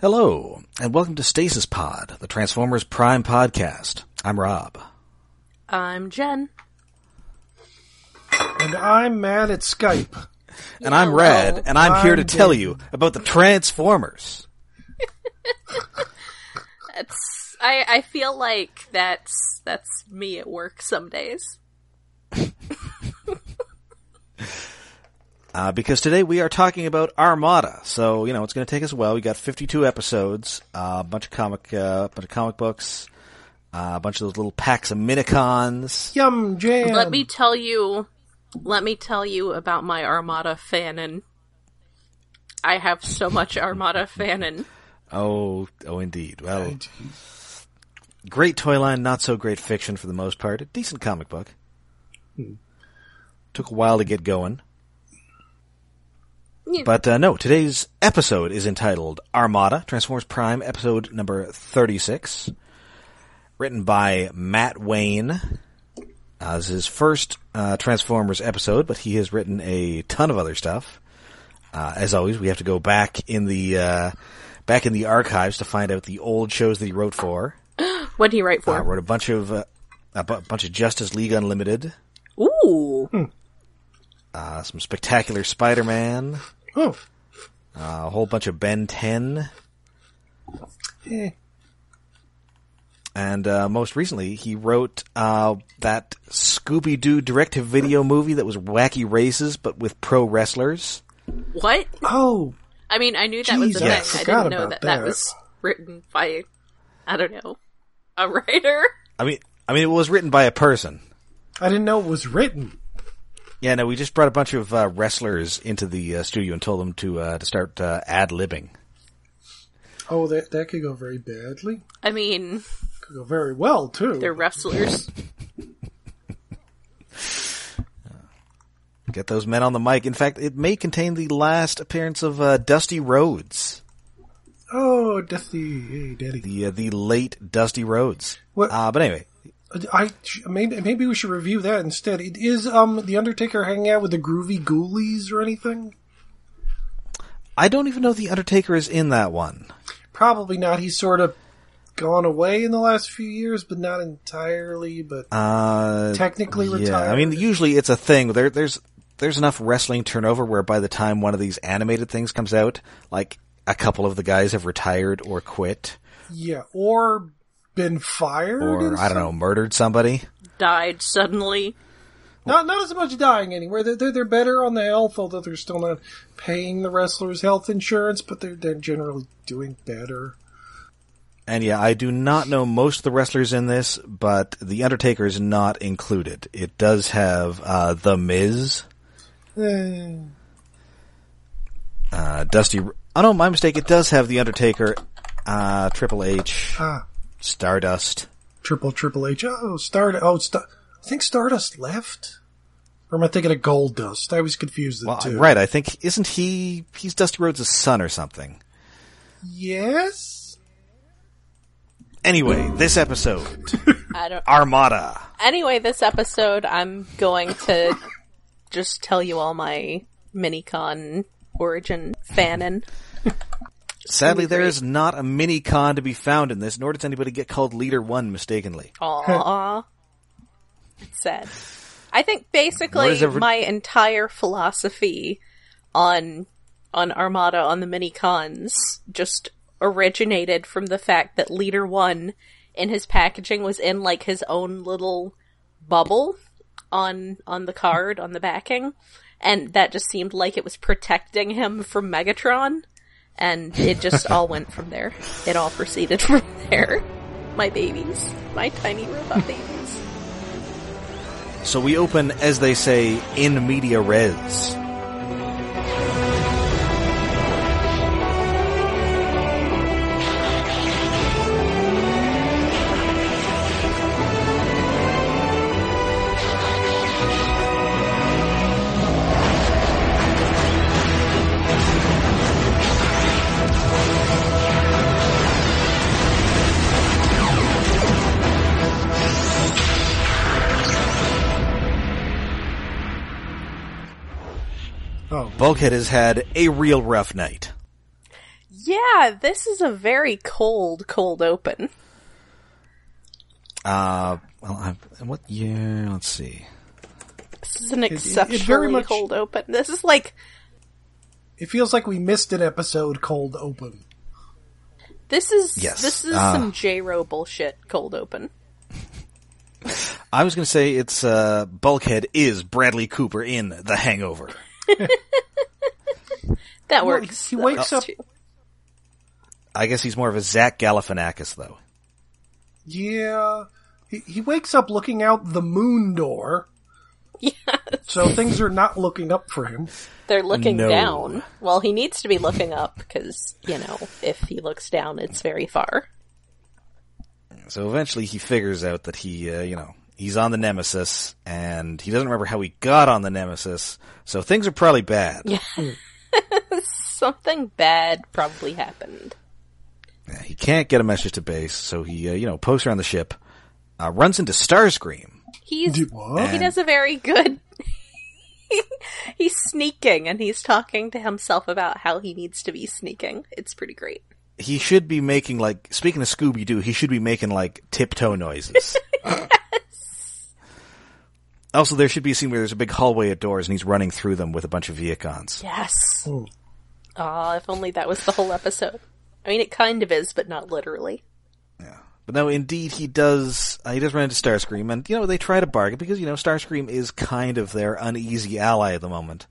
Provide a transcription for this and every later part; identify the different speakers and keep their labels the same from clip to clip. Speaker 1: Hello, and welcome to Stasis Pod, the Transformers Prime podcast. I'm Rob.
Speaker 2: I'm Jen.
Speaker 3: And I'm mad at Skype.
Speaker 1: And I'm Red, and I'm here to
Speaker 3: I'm
Speaker 1: tell you about the Transformers.
Speaker 2: That's I, I feel like that's that's me at work some days.
Speaker 1: Uh, because today we are talking about Armada, so you know it's going to take us a while. We got 52 episodes, a bunch of comic, uh, bunch of comic books, uh, a bunch of those little packs of Minicons.
Speaker 3: Yum jam.
Speaker 2: Let me tell you let me tell you about my Armada fanon. I have so much Armada fanon.
Speaker 1: Oh, oh, indeed. Well, great toy line, not so great fiction for the most part. A decent comic book. Took a while to get going.
Speaker 2: Yeah.
Speaker 1: But uh, no, today's episode is entitled Armada, Transformers Prime, episode number 36. Written by Matt Wayne. Uh, this is his first uh, Transformers episode, but he has written a ton of other stuff. Uh, as always, we have to go back in the uh, back in the archives to find out the old shows that he wrote for.
Speaker 2: What'd he write
Speaker 1: Uh,
Speaker 2: for?
Speaker 1: wrote a bunch of uh, a bu- bunch of Justice League Unlimited,
Speaker 2: Ooh.
Speaker 3: Hmm.
Speaker 1: uh, some spectacular Spider-Man,
Speaker 3: Oh,
Speaker 1: uh, a whole bunch of Ben 10,
Speaker 3: eh.
Speaker 1: and uh, most recently he wrote uh, that Scooby-Doo direct-to-video movie that was wacky races but with pro wrestlers.
Speaker 2: What?
Speaker 3: oh,
Speaker 2: I mean I knew that was a
Speaker 3: Jeez,
Speaker 1: I
Speaker 2: thing. I
Speaker 3: forgot
Speaker 2: didn't know
Speaker 3: about
Speaker 2: that, that
Speaker 3: that.
Speaker 2: was written by I don't know, a writer.
Speaker 1: I mean, I mean it was written by a person.
Speaker 3: I didn't know it was written.
Speaker 1: Yeah, no, we just brought a bunch of uh, wrestlers into the uh, studio and told them to uh, to start uh, ad libbing.
Speaker 3: Oh, that that could go very badly.
Speaker 2: I mean,
Speaker 3: Could go very well too.
Speaker 2: they're wrestlers.
Speaker 1: Get those men on the mic. In fact, it may contain the last appearance of uh, Dusty Rhodes.
Speaker 3: oh, Dusty, hey, Daddy.
Speaker 1: the uh, the late Dusty Rhodes.
Speaker 3: What-
Speaker 1: Uh, but anyway,
Speaker 3: I sh- maybe maybe we should review that instead. It is um the Undertaker hanging out with the Groovy Ghoulies or anything?
Speaker 1: I don't even know the Undertaker is in that one.
Speaker 3: Probably not. He's sort of gone away in the last few years, but not entirely. But
Speaker 1: Uh,
Speaker 3: technically retired.
Speaker 1: yeah, I mean, usually it's a thing. There, there's there's enough wrestling turnover where by the time one of these animated things comes out, like a couple of the guys have retired or quit,
Speaker 3: yeah, or been fired, in
Speaker 1: or I don't know, murdered somebody.
Speaker 2: Died suddenly.
Speaker 3: Not not as much dying anywhere. They're, they're they're better on the health, although they're still not paying the wrestlers health insurance, but they're they're generally doing better.
Speaker 1: And yeah, I do not know most of the wrestlers in this, but the Undertaker is not included. It does have uh, the Miz.
Speaker 3: Eh,
Speaker 1: uh, Dusty. Oh no, my mistake. It does have the Undertaker, uh, Triple H,
Speaker 3: ah,
Speaker 1: Stardust.
Speaker 3: triple Triple H. Oh, Stardust. Oh, Star- I think Stardust left. Or am I thinking of Gold Dust? I was confused the
Speaker 1: Well,
Speaker 3: two.
Speaker 1: right. I think isn't he? He's Dusty Rhodes' son or something.
Speaker 3: Yes.
Speaker 1: Anyway, this episode,
Speaker 2: I don't
Speaker 1: Armada.
Speaker 2: anyway, this episode, I'm going to just tell you all my minicon origin fanon.
Speaker 1: Sadly, there is not a mini con to be found in this, nor does anybody get called Leader One mistakenly.
Speaker 2: Aww, it's sad. I think
Speaker 1: What
Speaker 2: basically
Speaker 1: is every-
Speaker 2: my entire philosophy on on Armada on the minicons just originated from the fact that Leader One in his packaging was in like his own little bubble on on the card on the backing and that just seemed like it was protecting him from Megatron and it just all went from there it all proceeded from there my babies my tiny robot babies
Speaker 1: So we open, as they say, in media res.
Speaker 3: Oh,
Speaker 1: Bulkhead has had a real rough night.
Speaker 2: Yeah, this is a very cold, cold open.
Speaker 1: Uh, well, I, what year? Let's see.
Speaker 2: This is an
Speaker 3: it very
Speaker 2: exceptionally
Speaker 3: much-
Speaker 2: cold open. This is like
Speaker 3: It feels like we missed an episode cold open.
Speaker 2: this is
Speaker 1: Yes,
Speaker 2: this is
Speaker 1: uh.
Speaker 2: some J Ro bullshit cold open.
Speaker 1: I was going to say it's uh, Bulkhead is Bradley Cooper in The Hangover.
Speaker 2: That works.
Speaker 3: he
Speaker 2: That
Speaker 3: wakes
Speaker 2: works
Speaker 3: up-
Speaker 2: too.
Speaker 1: I guess he's more of a Zach Galifianakis, though.
Speaker 3: Yeah. He, he wakes up looking out the moon door. Yeah. So things are not looking up for him.
Speaker 2: They're looking
Speaker 1: No.
Speaker 2: down. Well, he needs to be looking up because you know if he looks down, it's very far.
Speaker 1: So eventually he figures out that he, uh, you know, he's on the Nemesis, and he doesn't remember how he got on the Nemesis, so things are probably bad.
Speaker 2: Something bad probably happened.
Speaker 1: Yeah, He can't get a message to base, so he, uh, you know, pokes around the ship, uh, runs into Starscream.
Speaker 2: He's
Speaker 3: Dude,
Speaker 1: Eh.
Speaker 3: what?
Speaker 2: he does a very good. he's sneaking and he's talking to himself about how he needs to be sneaking. It's pretty great.
Speaker 1: He should be making, like, speaking of Scooby-Doo, he should be making, like, tiptoe noises. Also, there should be a scene where there's a big hallway of doors and he's running through them with a bunch of Viacons.
Speaker 2: Yes.
Speaker 3: Ooh.
Speaker 2: Ah, if only that was the whole episode. I mean, it kind of is, but not literally.
Speaker 1: But no, indeed, he does. Uh, he does run into Starscream, and you know they try to bargain because you know Starscream is kind of their uneasy ally at the moment.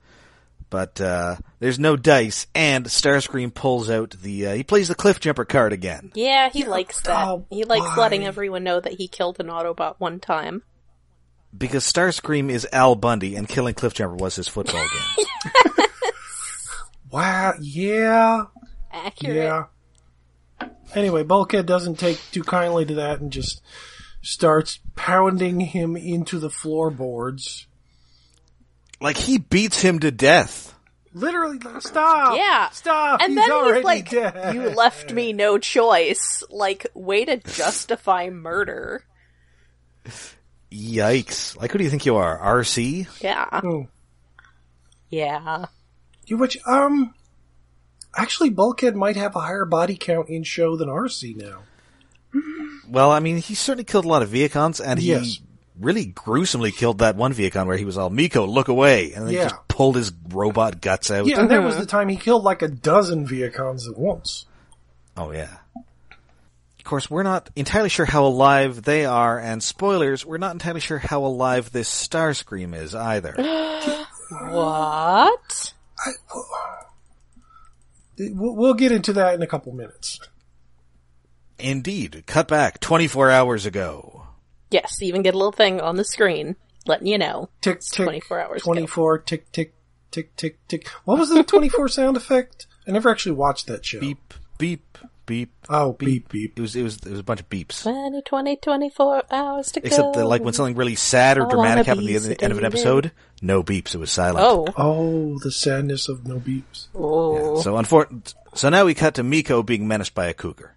Speaker 1: But uh, there's no dice, and Starscream pulls out the. Uh, he plays the cliff jumper card again.
Speaker 2: Yeah, he likes that.
Speaker 3: oh,
Speaker 2: he likes letting
Speaker 3: why?
Speaker 2: everyone know that he killed an Autobot one time.
Speaker 1: Because Starscream is Al Bundy, and killing Cliffjumper was his football game.
Speaker 3: Wow. Yeah.
Speaker 2: Accurate.
Speaker 3: Yeah. Anyway, Bulkhead doesn't take too kindly to that and just starts pounding him into the floorboards.
Speaker 1: like, he beats him to death.
Speaker 3: Literally, like, stop!
Speaker 2: Yeah.
Speaker 3: Stop!
Speaker 2: And
Speaker 3: he's
Speaker 2: then
Speaker 3: already
Speaker 2: he's like,
Speaker 3: dead.
Speaker 2: "You left me no choice." Like, way to justify murder.
Speaker 1: Yikes. Like, who do you think you are? RC?
Speaker 2: Yeah,
Speaker 3: Oh.
Speaker 2: yeah.
Speaker 3: You- Which, um, actually, Bulkhead might have a higher body count in show than RC now.
Speaker 1: Well, I mean, he certainly killed a lot of Viacons, and he
Speaker 3: Yes.
Speaker 1: really gruesomely killed that one Viacon where he was all, Miko, look away! And then
Speaker 3: Yeah.
Speaker 1: he just pulled his robot guts out.
Speaker 3: Yeah, and that was the time he killed like a dozen Viacons at once.
Speaker 1: Oh yeah. Of course, we're not entirely sure how alive they are, and spoilers, we're not entirely sure how alive this Starscream is either.
Speaker 2: What?
Speaker 3: We'll we'll get into that in a couple minutes.
Speaker 1: Indeed, cut back 24 hours ago.
Speaker 2: Yes, even get a little thing on the screen letting you know.
Speaker 3: Tick, tick.
Speaker 2: 24 hours ago.
Speaker 3: 24, tick, tick, tick, tick, tick. What was the 24 sound effect? I never actually watched that show.
Speaker 1: Beep, beep, beep.
Speaker 3: Oh, beep, beep.
Speaker 1: It was it was it was a bunch of beeps.
Speaker 2: 20, 20, 24 hours to go.
Speaker 1: Except that, like when something really sad or
Speaker 2: I wanna
Speaker 1: dramatic happened
Speaker 2: be
Speaker 1: at the end- end of an
Speaker 2: sedated.
Speaker 1: episode, no beeps. It was silent.
Speaker 2: Oh.
Speaker 3: Oh, the sadness of no beeps.
Speaker 2: Oh.
Speaker 1: So unfortunate. So now we cut to Miko being menaced by a cougar.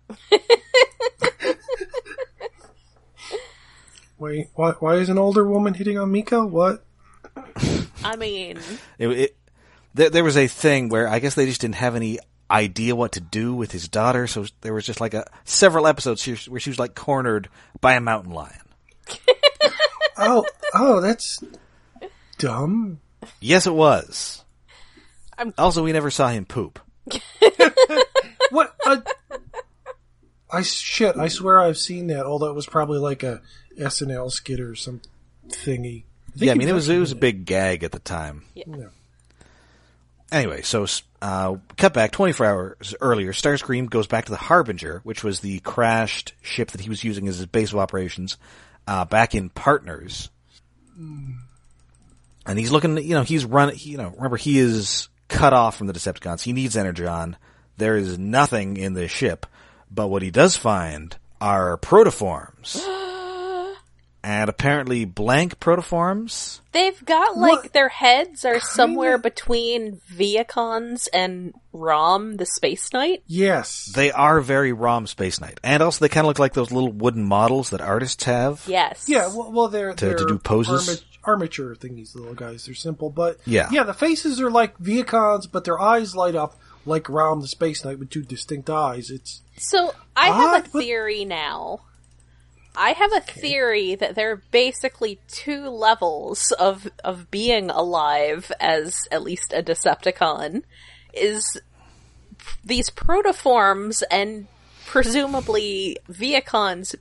Speaker 3: Wait, why, why is an older woman hitting on Miko? What?
Speaker 2: I mean,
Speaker 1: It, it, there, there was a thing where I guess they just didn't have any idea what to do with his daughter, so there was just like a several episodes here where she was like cornered by a mountain lion.
Speaker 3: Oh, oh, that's dumb.
Speaker 1: Yes, it was.
Speaker 2: I'm-
Speaker 1: Also, we never saw him poop.
Speaker 3: What? A... I shit. I swear I've seen that. Although it was probably like a SNL skit or some thingy. think
Speaker 1: Yeah, I
Speaker 3: he
Speaker 1: mean it was it was a big gag at the time.
Speaker 3: Yeah.
Speaker 1: Anyway, so uh, cut back 24 hours earlier. Starscream goes back to the Harbinger, which was the crashed ship that he was using as his base of operations, uh, back in Partners. And he's looking, you know, he's run, he, you know, remember he is cut off from the Decepticons. He needs Energon. There is nothing in this ship, but what he does find are protoforms. and apparently blank protoforms
Speaker 2: they've got like
Speaker 3: What?
Speaker 2: their heads are somewhere between Viacons and Rom the Space Knight.
Speaker 3: Yes.
Speaker 1: They are very ROM Space Knight, and also they kind of look like those little wooden models that artists have.
Speaker 2: Yes.
Speaker 3: Yeah, well, well they're,
Speaker 1: To- to
Speaker 3: they're
Speaker 1: do poses?
Speaker 3: armi- armature thingies, little guys. They're simple, but
Speaker 1: Yeah.
Speaker 3: yeah, the faces are like Viacons, but their eyes light up like Rom the Space Knight with two distinct eyes. It's
Speaker 2: So I have
Speaker 3: What?
Speaker 2: a
Speaker 3: What-
Speaker 2: theory now. I have a theory that there are basically two levels of of being alive as at least a Decepticon is these protoforms and presumably Viacons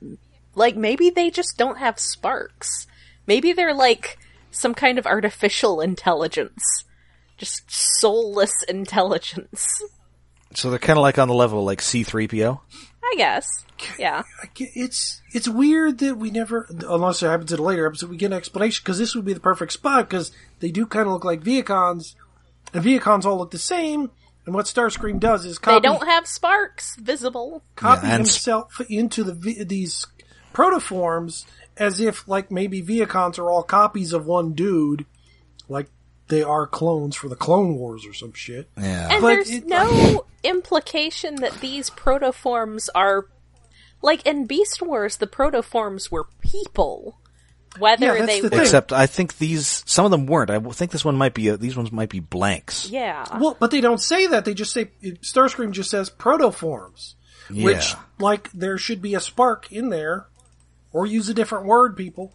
Speaker 2: like maybe they just don't have sparks. Maybe they're like some kind of artificial intelligence. Just soulless intelligence.
Speaker 1: So they're kind of like on the level of like C3PO.
Speaker 2: I guess. Yeah.
Speaker 3: I get- it's it's weird that we never, unless it happens in a later episode, we get an explanation because this would be the perfect spot because they do kind of look like Viacons, and Viacons all look the same. And what Starscream does is copy
Speaker 2: They don't have sparks visible.
Speaker 3: copy
Speaker 1: Yeah, and sp-
Speaker 3: himself into the vi- these protoforms as if like maybe Viacons are all copies of one dude, like they are clones for the Clone Wars or some shit.
Speaker 1: Yeah.
Speaker 2: And
Speaker 3: But
Speaker 2: there's
Speaker 3: it-
Speaker 2: no implication that these protoforms are like in Beast Wars the protoforms were people. Whether
Speaker 3: Yeah, that's
Speaker 2: they
Speaker 3: the
Speaker 2: were
Speaker 3: thing.
Speaker 1: Except I think these some of them weren't. I w- think this one might be uh these ones might be blanks.
Speaker 2: Yeah.
Speaker 3: Well, but they don't say that. They just say Starscream just says protoforms, which
Speaker 1: Yeah.
Speaker 3: like there should be a spark in there, or use a different word, people.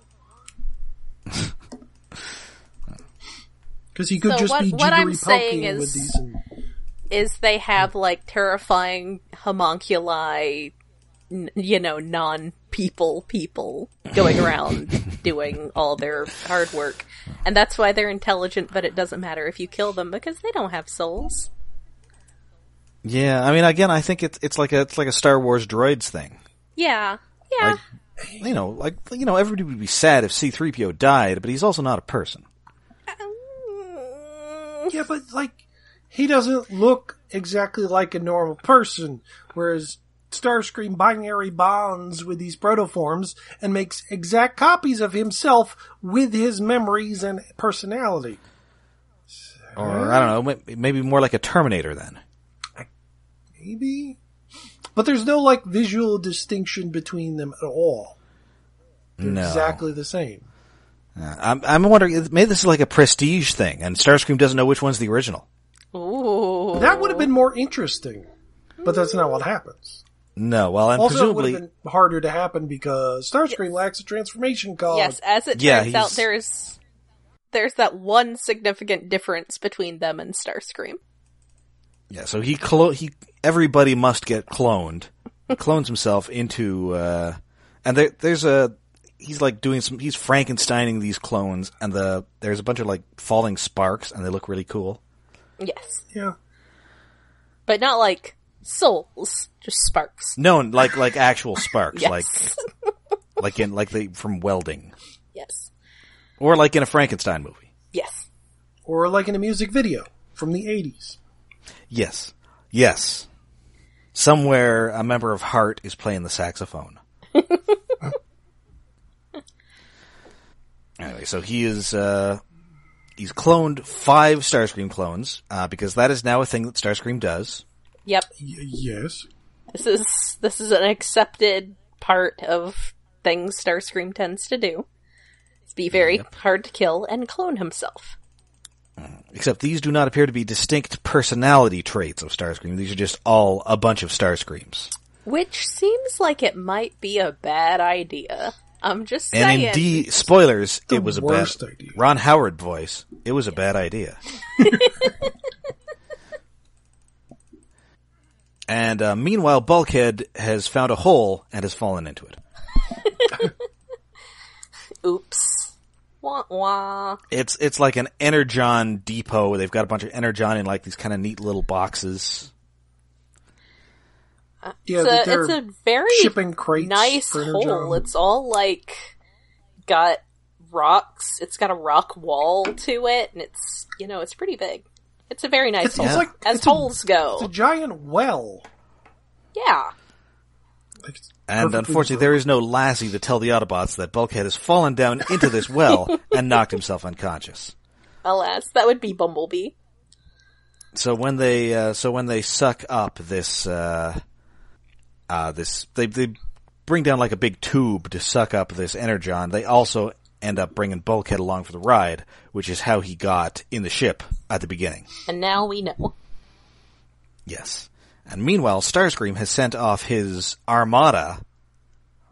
Speaker 3: Because he could
Speaker 2: So
Speaker 3: just
Speaker 2: what-
Speaker 3: be
Speaker 2: what I'm
Speaker 3: jiggery
Speaker 2: saying
Speaker 3: poking with
Speaker 2: is-
Speaker 3: these. And,
Speaker 2: Is they have like terrifying homunculi n- you know, non people people going around doing all their hard work. And that's why they're intelligent, but it doesn't matter if you kill them because they don't have souls.
Speaker 1: Yeah, I mean, again, I think it's it's like a it's like a Star Wars droids thing.
Speaker 2: Yeah. Yeah.
Speaker 1: Like, you know, like you know, everybody would be sad if C3PO died, but he's also not a person.
Speaker 3: yeah, but like he doesn't look exactly like a normal person, whereas Starscream binary bonds with these protoforms and makes exact copies of himself with his memories and personality.
Speaker 1: Or I don't know, may- maybe more like a Terminator then.
Speaker 3: maybe. But there's no like visual distinction between them at all.
Speaker 1: No.
Speaker 3: Exactly the same.
Speaker 1: Uh, I'm I'm wondering maybe this is like a prestige thing, and Starscream doesn't know which one's the original.
Speaker 2: Ooh.
Speaker 3: That would have been more interesting, but that's not what happens.
Speaker 1: No, well, and
Speaker 3: Also, it
Speaker 1: presumably,
Speaker 3: would have been harder to happen because Starscream lacks a transformation cog.
Speaker 2: Yes, as it
Speaker 1: Yeah,
Speaker 2: turns out,
Speaker 1: he's-
Speaker 2: there's there's that one significant difference between them and Starscream.
Speaker 1: yeah. So he clo- he everybody must get cloned, clones himself into, uh, and there there's a he's like doing some he's Frankensteining these clones, and the there's a bunch of like falling sparks, and they look really cool.
Speaker 2: Yes,
Speaker 3: Yeah.
Speaker 2: but not like souls, just sparks.
Speaker 1: No, and like like actual sparks,
Speaker 2: Yes,
Speaker 1: like like in like they from welding,
Speaker 2: yes,
Speaker 1: or like in a Frankenstein movie.
Speaker 2: yes.
Speaker 3: Or like in a music video from the 80s.
Speaker 1: Yes. Yes. Somewhere a member of Heart is playing the saxophone. anyway, so he is uh he's cloned five Starscream clones, uh, because that is now a thing that Starscream does.
Speaker 2: Yep,
Speaker 3: Y- yes.
Speaker 2: this is this is an accepted part of things Starscream tends to do. It's be very hard to kill and clone himself.
Speaker 1: Except these do not appear to be distinct personality traits of Starscream. These are just all a bunch of Starscreams.
Speaker 2: Which seems like it might be a bad idea. I'm just
Speaker 1: And
Speaker 2: saying.
Speaker 1: indeed, spoilers,
Speaker 3: The
Speaker 1: it was a bad
Speaker 3: worst idea.
Speaker 1: Ron Howard voice. It was a bad idea. and uh, meanwhile, Bulkhead has found a hole and has fallen into it.
Speaker 2: Oops. Wah wah.
Speaker 1: It's it's like an energon depot. They've got a bunch of energon in like these kind of neat little boxes.
Speaker 3: Yeah,
Speaker 2: it's, a,
Speaker 3: they're
Speaker 2: it's a very
Speaker 3: shipping crates
Speaker 2: nice
Speaker 3: for
Speaker 2: hole.
Speaker 3: Energon.
Speaker 2: It's all like got rocks. It's got a rock wall to it, and it's you know it's pretty big. It's a very nice
Speaker 3: It's-
Speaker 2: hole,
Speaker 3: it's like-
Speaker 2: as
Speaker 3: it's a-
Speaker 2: holes go.
Speaker 3: it's a giant well.
Speaker 2: yeah,
Speaker 3: Like, it's
Speaker 1: And
Speaker 3: perfectly
Speaker 1: unfortunately, there is no Lassie to tell the Autobots that Bulkhead has fallen down into this well and knocked himself unconscious.
Speaker 2: alas, that would be Bumblebee.
Speaker 1: So when they uh, so when they suck up this uh, uh, this they they bring down like a big tube to suck up this energon. They also end up bringing Bulkhead along for the ride, which is how he got in the ship at the beginning.
Speaker 2: And now we know.
Speaker 1: Yes. And meanwhile, Starscream has sent off his Armada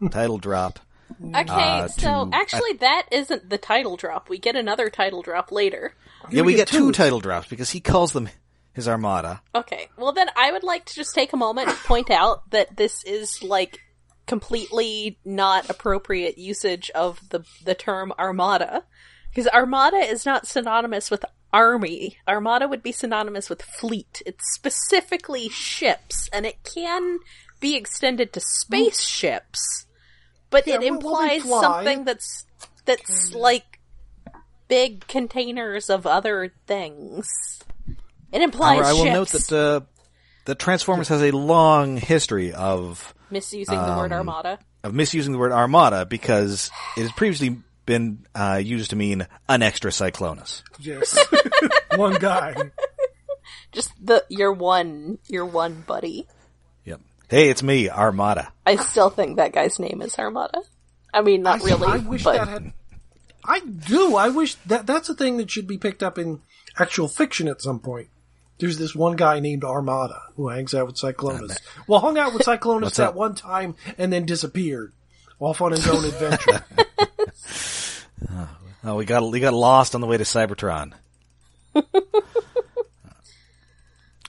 Speaker 1: title drop.
Speaker 2: Okay,
Speaker 1: Uh,
Speaker 2: so
Speaker 1: to-
Speaker 2: actually, that isn't the title drop. We get another title drop later.
Speaker 1: Yeah, we get two
Speaker 3: two.
Speaker 1: title drops because he calls them his Armada.
Speaker 2: Okay, well, then I would like to just take a moment to point out that this is, like, completely not appropriate usage of the, the term armada. Because armada is not synonymous with army. Armada would be synonymous with fleet. It's specifically ships, and it can be extended to spaceships, but
Speaker 3: Yeah,
Speaker 2: it
Speaker 3: well, well, they
Speaker 2: implies
Speaker 3: fly.
Speaker 2: something that's that's like big containers of other things. It implies
Speaker 1: However, I will
Speaker 2: ships
Speaker 1: note that uh, the Transformers has a long history of
Speaker 2: misusing the
Speaker 3: Um,
Speaker 2: word armada.
Speaker 1: of misusing the word Armada because it has previously been uh, used to mean an extra Cyclonus.
Speaker 3: Yes. One guy.
Speaker 2: Just the your one your one buddy.
Speaker 1: Yep. Hey, it's me, Armada.
Speaker 2: I still think that guy's name is Armada. I mean, not
Speaker 3: I-
Speaker 2: really,
Speaker 3: I wish
Speaker 2: but
Speaker 3: that had. I do. I wish that that's a thing that should be picked up in actual fiction at some point. There's this one guy named Armada who hangs out with Cyclonus. Well, hung out with Cyclonus that
Speaker 1: up?
Speaker 3: one time and then disappeared off on his own adventure.
Speaker 1: Oh, we got we got lost on the way to Cybertron.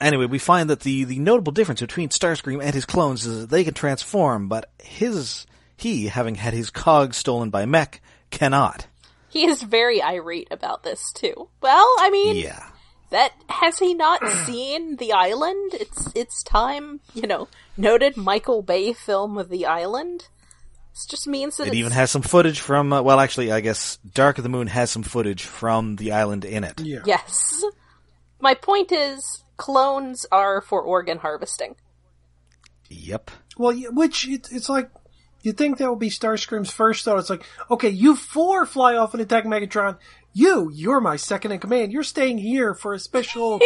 Speaker 1: anyway, we find that the the notable difference between Starscream and his clones is that they can transform, but his he, having had his cog stolen by Mech, cannot.
Speaker 2: he is very irate about this too. Well, I mean,
Speaker 1: Yeah.
Speaker 2: that has he not seen the island? It's it's time, you know, noted Michael Bay film of the island. This just means that
Speaker 1: It
Speaker 2: it's,
Speaker 1: even has some footage from uh, well, actually, I guess Dark of the Moon has some footage from the island in it.
Speaker 3: yeah.
Speaker 2: yes. My point is, clones are for organ harvesting.
Speaker 1: Yep.
Speaker 3: Well, yeah, which it, it's like you think that would be Starscream's first thought. It's like, okay, you four fly off and attack Megatron. You, you're my second in command. You're staying here for a special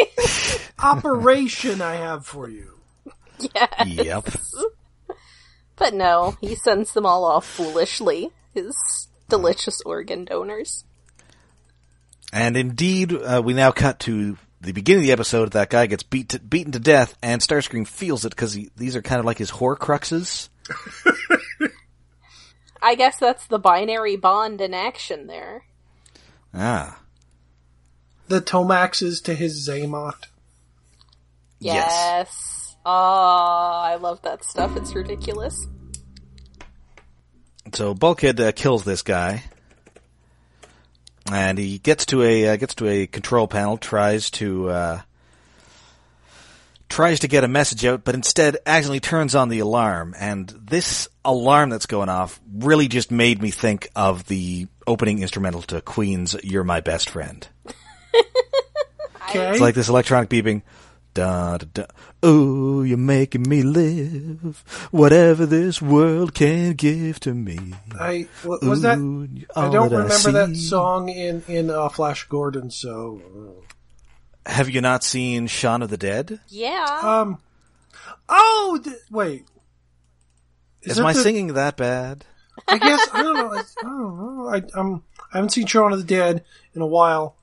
Speaker 3: operation I have for you.
Speaker 1: Yep.
Speaker 2: But no, he sends them all off foolishly. His delicious organ donors.
Speaker 1: And indeed, uh, we now cut to the beginning of the episode. That guy gets beat to, beaten to death, and Starscream feels it because these are kind of like his Horcruxes.
Speaker 2: I guess that's the binary bond in action there.
Speaker 1: Ah,
Speaker 3: The Tomaxes to his Zaymot.
Speaker 1: Yes.
Speaker 2: Yes. Oh, I love that stuff. It's ridiculous.
Speaker 1: so Bulkhead uh, kills this guy, and he gets to a uh, gets to a control panel, tries to uh, tries to get a message out, but instead accidentally turns on the alarm. And this alarm that's going off really just made me think of the opening instrumental to Queen's "You're My Best Friend."
Speaker 3: Okay.
Speaker 1: It's like this electronic beeping. Da, da, da. Ooh, you're making me live whatever this world can give to me.
Speaker 3: I wa- was that.
Speaker 1: Ooh,
Speaker 3: I
Speaker 1: all
Speaker 3: don't
Speaker 1: that I
Speaker 3: remember that
Speaker 1: see.
Speaker 3: song in in uh, Flash Gordon. So,
Speaker 1: Have you not seen Shaun of the Dead?
Speaker 2: Yeah.
Speaker 3: um, oh th- wait,
Speaker 1: Is,
Speaker 3: that
Speaker 1: my
Speaker 3: the-
Speaker 1: singing that bad?
Speaker 3: I guess I don't know. I, I don't know. I, I'm I haven't seen Shaun of the Dead in a while.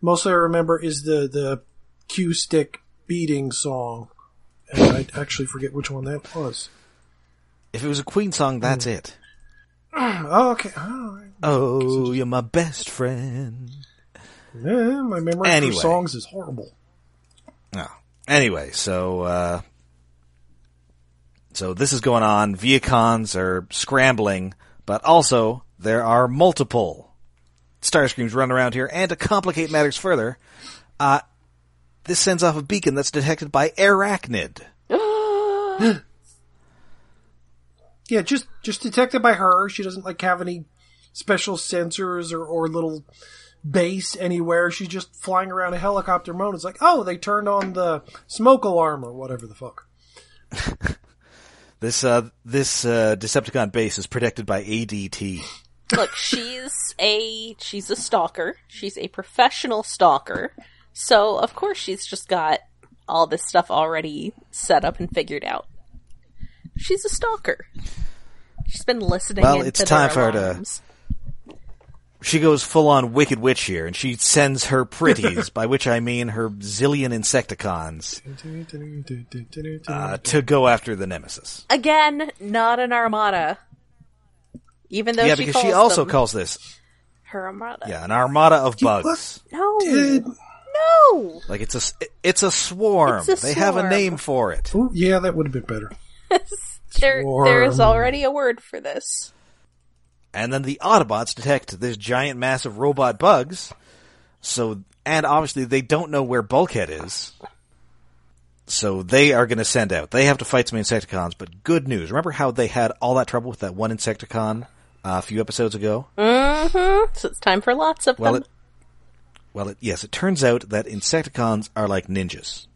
Speaker 3: Mostly, I remember is the the Q stick beating song, and I actually forget which one that was.
Speaker 1: If it was a Queen song, that's it.
Speaker 3: Oh, okay. All right.
Speaker 1: Oh, you're my best friend.
Speaker 3: Eh, my memory
Speaker 1: Anyway.
Speaker 3: for songs is horrible.
Speaker 1: No. Oh. Anyway, so uh, so this is going on. Viacons are scrambling, but also there are multiple Starscreams running around here. And to complicate matters further, uh, this sends off a beacon that's detected by Arachnid.
Speaker 3: Yeah, just just detected by her. She doesn't like have any special sensors or, or little base anywhere. She's just flying around a helicopter mode. It's like, oh, they turned on the smoke alarm or whatever the fuck.
Speaker 1: This uh, this uh, Decepticon base is protected by ADT.
Speaker 2: Look, she's a she's a stalker. She's a professional stalker. So of course she's just got all this stuff already set up and figured out. She's a stalker. She's been listening.
Speaker 1: Well,
Speaker 2: in
Speaker 1: it's
Speaker 2: to
Speaker 1: time
Speaker 2: their
Speaker 1: for her to-
Speaker 2: alarms.
Speaker 1: she goes full on Wicked Witch here, and she sends her pretties, by which I mean her zillion insecticons, uh,
Speaker 2: Mm-hmm.
Speaker 1: to go after the nemesis.
Speaker 2: Again, not an armada. Even though
Speaker 1: yeah,
Speaker 2: she
Speaker 1: because
Speaker 2: calls
Speaker 1: she also
Speaker 2: them
Speaker 1: calls this
Speaker 2: her armada.
Speaker 1: yeah an armada of bugs.
Speaker 3: what?
Speaker 2: No,
Speaker 3: Did-
Speaker 2: no.
Speaker 1: Like it's a s- it's a swarm.
Speaker 2: It's a
Speaker 1: they have a
Speaker 2: swarm.
Speaker 1: name for it.
Speaker 3: Ooh, yeah, that would have been better.
Speaker 2: There, there is
Speaker 3: Swarm.
Speaker 2: already a word for this.
Speaker 1: And then the Autobots detect this giant mass of robot bugs. So, and obviously they don't know where Bulkhead is. So they are going to send out. They have to fight some Insecticons, but good news. Remember how they had all that trouble with that one Insecticon uh, a few episodes ago?
Speaker 2: Mm-hmm. So it's time for lots of
Speaker 1: Well,
Speaker 2: them.
Speaker 1: it, well, it, yes, it turns out that Insecticons are like ninjas.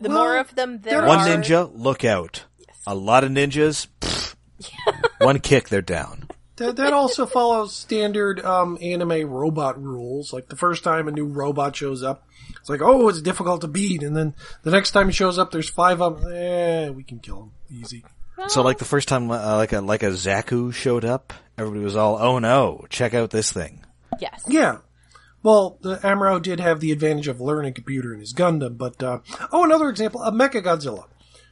Speaker 2: the
Speaker 3: well,
Speaker 2: more of them there
Speaker 1: One
Speaker 2: are,
Speaker 1: ninja, look out. A lot of ninjas, pfft, one kick, they're down.
Speaker 3: That, that also follows standard um, anime robot rules. Like the first time a new robot shows up, it's like, oh, it's difficult to beat. And then the next time he shows up, there's five of them. Eh, we can kill him. Easy.
Speaker 1: So, like the first time, uh, like a like a Zaku showed up, everybody was all, "Oh no, check out this thing."
Speaker 2: Yes.
Speaker 3: Yeah. Well, the Amuro did have the advantage of learning computer in his Gundam, but uh, oh, another example: a Mecha Godzilla.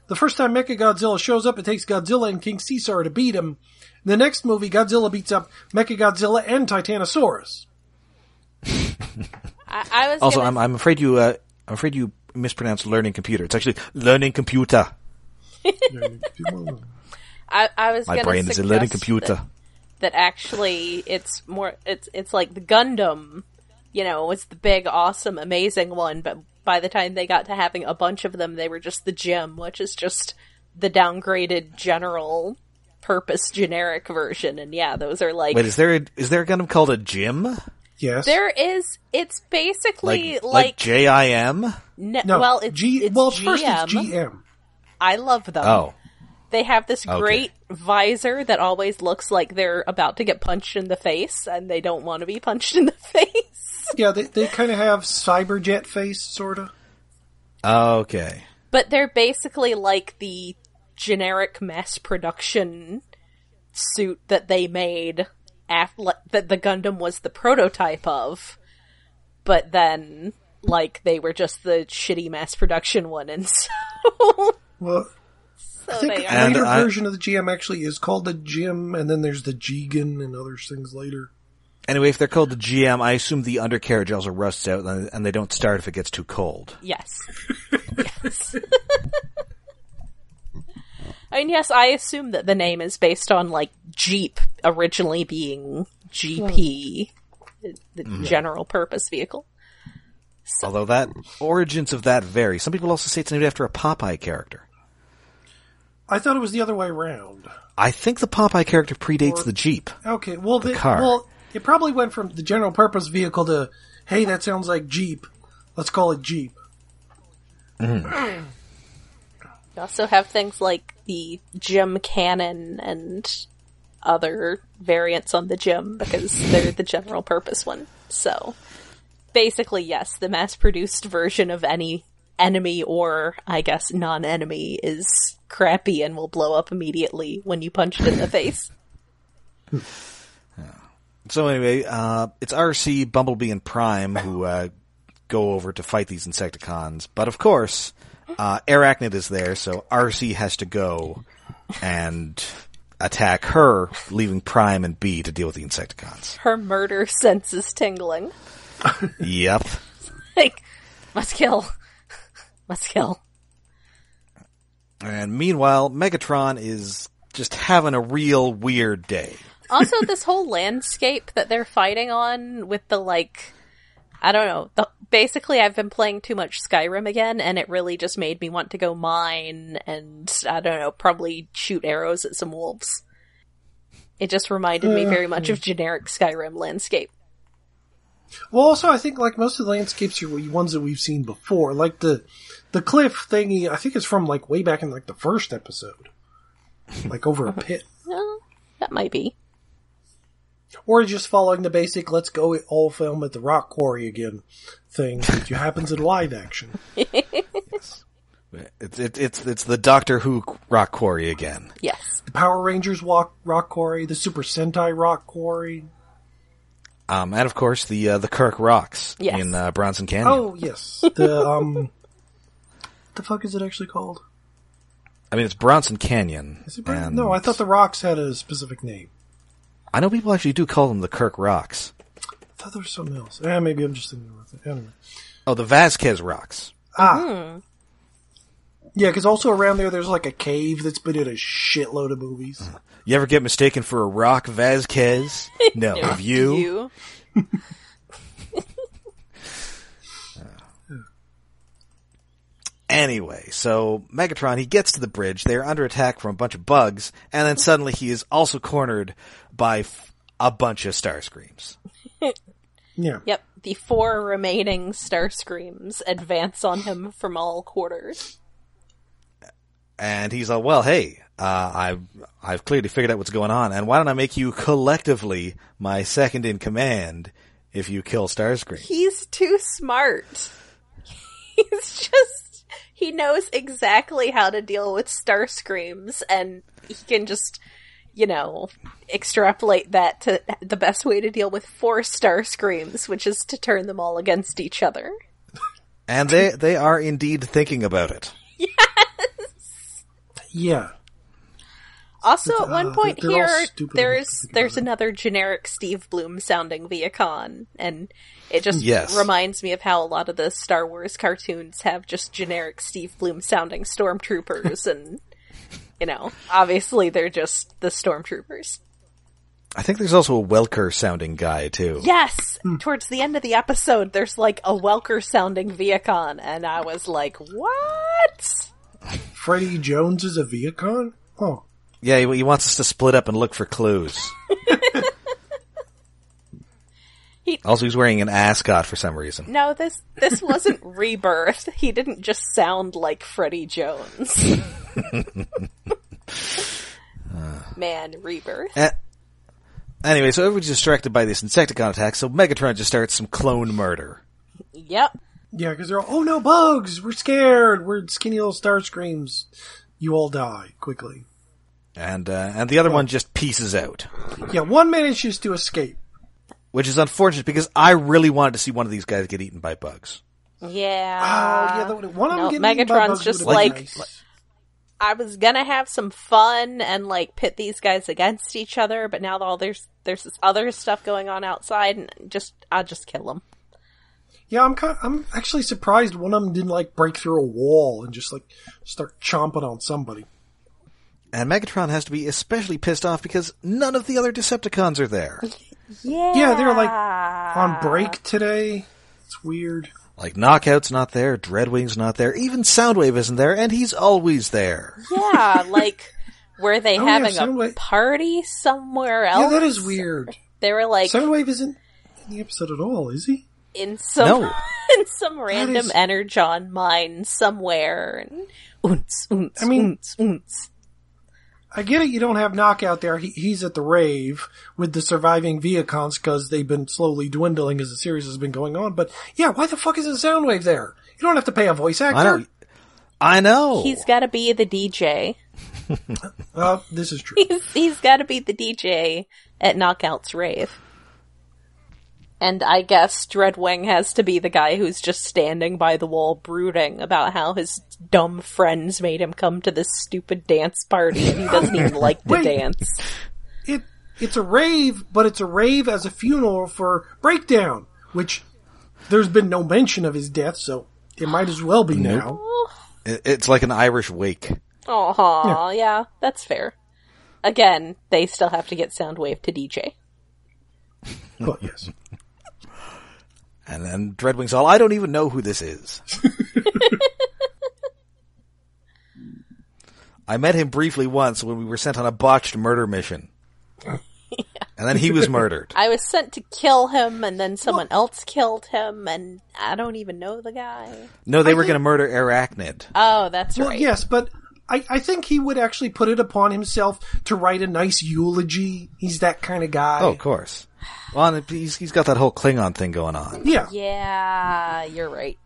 Speaker 3: The first time Mecha Godzilla shows up, it takes Godzilla and King Caesar to beat him. In the next movie, Godzilla beats up Mecha Godzilla and Titanosaurus.
Speaker 2: I, I was
Speaker 1: Also,
Speaker 2: gonna
Speaker 1: I'm I'm afraid you uh, I'm afraid you mispronounced learning computer. It's actually learning computer.
Speaker 2: I, I was
Speaker 1: My
Speaker 2: gonna
Speaker 1: brain is a learning
Speaker 2: suggest
Speaker 1: computer.
Speaker 2: That, that actually, it's more. It's it's like the Gundam. You know, it's the big, awesome, amazing one. But by the time they got to having a bunch of them, they were just the gym, which is just the downgraded general purpose generic version. And yeah, those are like
Speaker 1: Wait, is there a, is there a Gundam called a Jim?
Speaker 3: Yes.
Speaker 2: there is. It's basically
Speaker 1: Like
Speaker 2: like,
Speaker 1: like J I M?
Speaker 2: ne-
Speaker 3: no.
Speaker 2: well, it's,
Speaker 3: G-
Speaker 2: it's
Speaker 3: well,
Speaker 2: GM.
Speaker 3: first it's GM.
Speaker 2: I love them.
Speaker 1: Oh,
Speaker 2: They have this
Speaker 1: Okay.
Speaker 2: great visor that always looks like they're about to get punched in the face and they don't want to be punched in the face.
Speaker 3: Yeah, they they kind of have cyberjet face, sort of.
Speaker 1: okay.
Speaker 2: But they're basically like the generic mass production suit that they made after that the Gundam was the prototype of. But then like they were just the shitty mass production one and so,
Speaker 3: Well,
Speaker 2: so
Speaker 3: I think
Speaker 2: they
Speaker 3: a
Speaker 2: are.
Speaker 1: And
Speaker 3: later
Speaker 1: I-
Speaker 3: version of the GM actually is called the Gym, and then there's the Jigen and other things later.
Speaker 1: Anyway, if they're called the GM, I assume the undercarriage also rusts out and and they don't start if it gets too cold.
Speaker 2: Yes. yes. I mean, yes, I assume that the name is based on, like, Jeep originally being GP, the general purpose vehicle.
Speaker 1: Although that origins of that vary. Some people also say it's named after a Popeye character.
Speaker 3: I thought it was the other way around.
Speaker 1: I think the Popeye character predates the Jeep.
Speaker 3: Okay, well, the,
Speaker 1: car.
Speaker 3: well, it probably went from the general purpose vehicle to, hey, that sounds like Jeep. Let's call it Jeep.
Speaker 2: You also have things like the Jim Cannon and other variants on the Jim because they're the general purpose one. So basically, yes, the mass produced version of any enemy or I guess non enemy is crappy and will blow up immediately when you punch it in the face.
Speaker 1: So anyway, uh, it's RC, Bumblebee, and Prime who uh, go over to fight these Insecticons. But of course, uh, Arachnid is there, so RC has to go and attack her, leaving Prime and B to deal with the Insecticons.
Speaker 2: Her murder sense is tingling.
Speaker 1: Yep.
Speaker 2: Like, must kill. Must kill.
Speaker 1: And meanwhile, Megatron is just having a real weird day.
Speaker 2: also this whole landscape that they're fighting on with the like i don't know the, basically i've been playing too much skyrim again and it really just made me want to go mine and i don't know probably shoot arrows at some wolves it just reminded me very much of generic skyrim landscape
Speaker 3: Well, also, I think like most of the landscapes are ones that we've seen before, like the the cliff thingy. I think it's from like way back in like the first episode, like over a pit,
Speaker 2: Well, that might be
Speaker 3: or just following the basic "let's go all film at the rock quarry again" thing that happens in live action.
Speaker 1: It's it, it's it's the Doctor Who rock quarry again.
Speaker 2: yes
Speaker 3: The Power Rangers walk rock quarry, the Super Sentai rock quarry.
Speaker 1: Um, and of course the uh, the Kirk rocks
Speaker 2: Yes.
Speaker 1: in uh, Bronson Canyon.
Speaker 3: Oh yes, the um, the fuck is it actually called?
Speaker 1: I mean, it's Bronson Canyon.
Speaker 3: Is it Bron-
Speaker 1: and
Speaker 3: no, I thought the rocks had a specific name.
Speaker 1: I know people actually do call them the Kirk rocks.
Speaker 3: I thought there was something else. Eh, maybe I'm just thinking about it. Anyway,
Speaker 1: Oh, the Vasquez rocks.
Speaker 3: ah, yeah, because also around there, there's like a cave that's been in a shitload of movies.
Speaker 1: You ever get mistaken for a rock, Vasquez? No, have you?
Speaker 2: You.
Speaker 1: Anyway, so Megatron, he gets to the bridge. They're under attack from a bunch of bugs, and then suddenly he is also cornered by f- a bunch of Star Screams.
Speaker 3: Yeah,
Speaker 2: Yep. The four remaining Star Screams advance on him from all quarters.
Speaker 1: And he's like, well, hey, uh, I've, I've clearly figured out what's going on, and why don't I make you collectively my second in command if you kill Starscream?
Speaker 2: He's too smart. He's just. He knows exactly how to deal with Star Screams, and he can just, you know, extrapolate that to the best way to deal with four Star Screams, which is to turn them all against each other.
Speaker 1: And they, they are indeed thinking about it.
Speaker 3: yeah.
Speaker 2: Also, at one
Speaker 3: Uh,
Speaker 2: point
Speaker 3: they're all
Speaker 2: here,
Speaker 3: stupid enough to
Speaker 2: there's
Speaker 3: think
Speaker 2: there's another generic Steve Bloom sounding Viacon, and it just
Speaker 1: Yes.
Speaker 2: reminds me of how a lot of the Star Wars cartoons have just generic Steve Bloom sounding stormtroopers, and you know, obviously they're just the stormtroopers.
Speaker 1: I think there's also a Welker sounding guy too.
Speaker 2: Yes,
Speaker 3: Hmm.
Speaker 2: towards the end of the episode, there's like a Welker sounding Viacon, and I was like, what?
Speaker 3: Freddie Jones is a Viacon. Oh,
Speaker 1: Yeah, he, he wants us to split up and look for clues.
Speaker 2: He-
Speaker 1: also, he's wearing an ascot for some reason.
Speaker 2: No, this this wasn't rebirth. He didn't just sound like Freddie Jones. Man, rebirth.
Speaker 1: Eh. anyway, so everyone's distracted by this Insecticon attack, so Megatron just starts some clone murder.
Speaker 2: Yep.
Speaker 3: yeah, because they're all oh no bugs. We're scared. We're skinny little star screams. You all die quickly.
Speaker 1: And, uh, and the other one just pieces out.
Speaker 3: Yeah, one manages to escape.
Speaker 1: Which is unfortunate because I really wanted to see one of these guys get eaten by bugs.
Speaker 2: Yeah.
Speaker 3: Oh, yeah, the, one of
Speaker 2: Ah. no,
Speaker 3: them getting eaten by
Speaker 2: Megatron's
Speaker 3: bugs
Speaker 2: just
Speaker 3: would've been
Speaker 2: like-
Speaker 3: nice.
Speaker 2: I was gonna have some fun and like pit these guys against each other, but now all there's there's this other stuff going on outside, and just I'll just kill them.
Speaker 3: Yeah, I'm kind. I'm actually surprised one of them didn't like break through a wall and just like start chomping on somebody.
Speaker 1: And Megatron has to be especially pissed off because none of the other Decepticons are there.
Speaker 2: Yeah.
Speaker 3: Yeah, they were like
Speaker 2: Ah.
Speaker 3: on break today. It's weird.
Speaker 1: Like, Knockout's not there, Dreadwing's not there, even Soundwave isn't there, and he's always there.
Speaker 2: Yeah, like were they
Speaker 3: Oh, yeah,
Speaker 2: having a
Speaker 3: Soundwave-
Speaker 2: party somewhere else?
Speaker 3: Yeah, that is weird.
Speaker 2: They were like
Speaker 3: Soundwave isn't in the episode at all, is he?
Speaker 2: in some
Speaker 1: No.
Speaker 2: in some random
Speaker 3: is-
Speaker 2: energon mine somewhere and oons, oons,
Speaker 3: I mean-
Speaker 2: oons, oons.
Speaker 3: I get it. You don't have knockout there. He, he's at the rave with the surviving Viacons because they've been slowly dwindling as the series has been going on. But yeah, why the fuck isn't Soundwave there? You don't have to pay a voice
Speaker 1: I
Speaker 3: actor.
Speaker 1: know. I know.
Speaker 2: He's got to be the DJ.
Speaker 3: Uh, this is true.
Speaker 2: He's, he's got to be the DJ at Knockout's rave. And I guess Dreadwing has to be the guy who's just standing by the wall brooding about how his dumb friends made him come to this stupid dance party and he doesn't even like to
Speaker 3: Wait.
Speaker 2: dance.
Speaker 3: it it's a rave, but it's a rave as a funeral for Breakdown, which there's been no mention of his death, so it might as well be now.
Speaker 1: It- It's like an Irish wake.
Speaker 2: Aw, yeah. that's fair. Again, they still have to get Soundwave to DJ.
Speaker 3: But yes,
Speaker 1: And then Dreadwing's all, I don't even know who this is. I met him briefly once when we were sent on a botched murder mission. And then he was murdered.
Speaker 2: I was sent to kill him, and then someone else killed him, and I don't even know the guy.
Speaker 1: No, they were going to murder Arachnid.
Speaker 2: Oh, that's
Speaker 3: well,
Speaker 2: right.
Speaker 3: yes, but I, I think he would actually put it upon himself to write a nice eulogy. He's that kind of guy.
Speaker 1: Oh, of course. Well, and he's, he's got that whole Klingon thing going on.
Speaker 3: yeah,
Speaker 2: Yeah, you're right.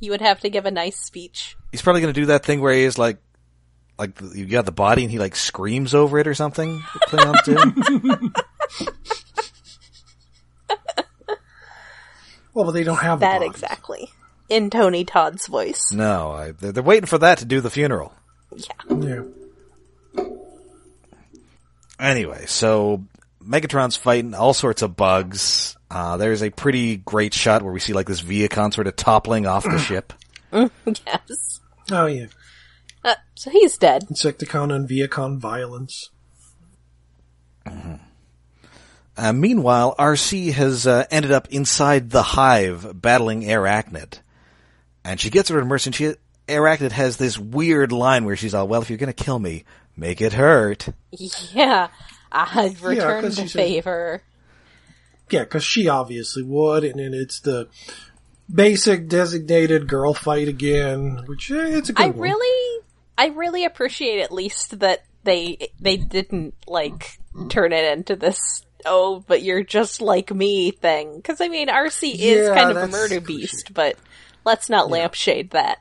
Speaker 2: You would have to give a nice speech.
Speaker 1: He's probably going to do that thing where he is like, like you got the body and he like screams over it or something. The Klingons do.
Speaker 3: Well, but they don't have
Speaker 2: That
Speaker 3: the bodies.
Speaker 2: exactly. In Tony Todd's voice.
Speaker 1: No, I, they're, they're waiting for that to do the funeral.
Speaker 2: Yeah.
Speaker 3: Yeah.
Speaker 1: Anyway, so Megatron's fighting all sorts of bugs. Uh, there's a pretty great shot where we see like this Viacon sort of toppling off the ship.
Speaker 2: yes.
Speaker 3: Oh yeah.
Speaker 2: Uh, so he's dead.
Speaker 3: Insecticon and Viacon violence.
Speaker 1: Uh, meanwhile, RC has uh, ended up inside the hive battling Arachnid. And she gets her to Mercy and she, Arachnid has this weird line where she's all, well, if you're gonna kill me, make it hurt.
Speaker 2: Yeah. I've returned
Speaker 3: 'cause
Speaker 2: the
Speaker 3: he said-
Speaker 2: favor.
Speaker 3: Yeah, because she obviously would, and then it's the basic designated girl fight again, which eh, it's a good
Speaker 2: I
Speaker 3: one.
Speaker 2: really, I really appreciate at least that they they didn't like turn it into this. Oh, but you're just like me thing. Because I mean, RC is
Speaker 3: Yeah,
Speaker 2: kind of a
Speaker 3: that's
Speaker 2: murder
Speaker 3: cushy.
Speaker 2: beast, but let's not lampshade that.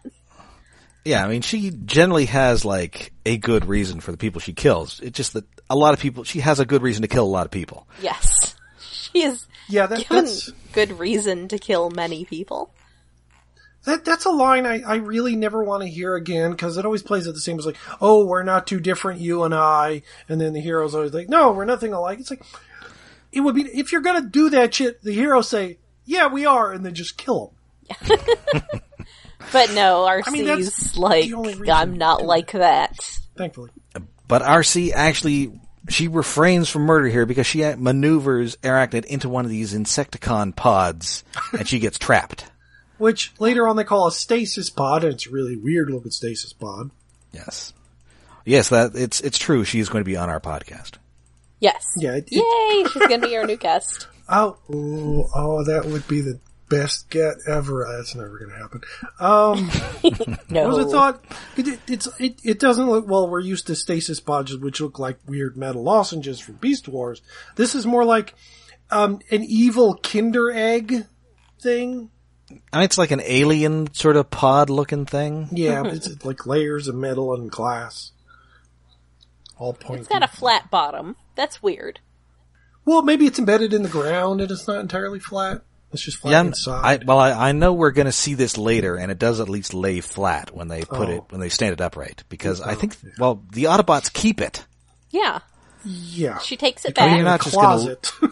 Speaker 1: Yeah, I mean, she generally has like a good reason for the people she kills. It's just that a lot of people, she has a good reason to kill a lot of people.
Speaker 2: Yes, she is
Speaker 3: Yeah, that,
Speaker 2: given
Speaker 3: that's
Speaker 2: good reason to kill many people.
Speaker 3: that that's a line I, I really never want to hear again because it always plays at the same. It's like, oh, we're not too different, you and I, and then the hero's always like, no, we're nothing alike. It's like it would be if you're gonna do that shit, the hero say, yeah, we are, and then just kill him.
Speaker 2: But no, RC's
Speaker 3: mean, that's
Speaker 2: like
Speaker 3: the only reason
Speaker 2: I'm
Speaker 3: to
Speaker 2: not
Speaker 3: do
Speaker 2: like that.
Speaker 3: Thankfully,
Speaker 1: But RC actually, she refrains from murder here because she maneuvers Arachnid into one of these Insecticon pods and she gets trapped.
Speaker 3: which later on they call a stasis pod, and it's a really weird looking stasis pod.
Speaker 1: Yes. Yes, that, it's, it's true. She's going to be on our podcast.
Speaker 2: Yes.
Speaker 3: Yeah, it- it-
Speaker 2: Yay! She's gonna be our new guest.
Speaker 3: Oh, ooh, oh, that would be the best get ever. Uh, That's never going to happen. Um,
Speaker 2: No.
Speaker 3: what was the thought? It, it, it's it, it doesn't look well. We're used to stasis pods, which look like weird metal lozenges from Beast Wars. This is more like um, an evil Kinder Egg thing.
Speaker 1: I mean, it's like an alien sort of pod looking thing.
Speaker 3: Yeah, but it's like layers of metal and glass. All
Speaker 2: It's
Speaker 3: pointy.
Speaker 2: got a flat bottom. That's weird.
Speaker 3: well, maybe it's embedded in the ground and it's not entirely flat. It's uh, just flat
Speaker 1: Yeah, I'm- I,
Speaker 3: inside.
Speaker 1: well, I, I know we're going to see this later, and it does at least lay flat when they put
Speaker 3: Oh.
Speaker 1: it when they stand it upright. Because I think, well, the Autobots keep it.
Speaker 2: Yeah.
Speaker 3: yeah,
Speaker 2: She takes it
Speaker 1: mean,
Speaker 2: back.
Speaker 1: you're not just gonna-
Speaker 3: closet.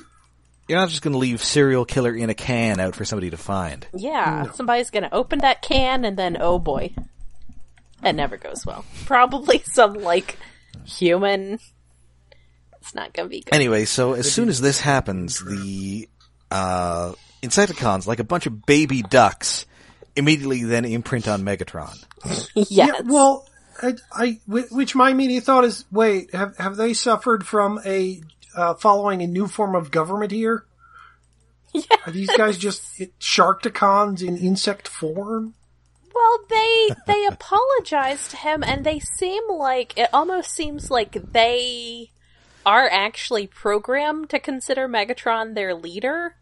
Speaker 1: You're not just going to leave serial killer in a can out for somebody to find.
Speaker 2: yeah. Somebody's gonna open that can and then oh boy. That never goes well. Probably some like human it's not gonna be good.
Speaker 1: Anyway, so as soon as this happens, the uh, Insecticons, like a bunch of baby ducks, immediately then imprint on Megatron.
Speaker 2: yes.
Speaker 3: Yeah, well, I, I- whi- which my immediate thought is, wait, have have they suffered from a uh, following a new form of government here? Are these guys just it, sharkticons in insect form?
Speaker 2: Well, they they apologized to him, and they seem like it almost seems like they are actually programmed to consider Megatron their leader.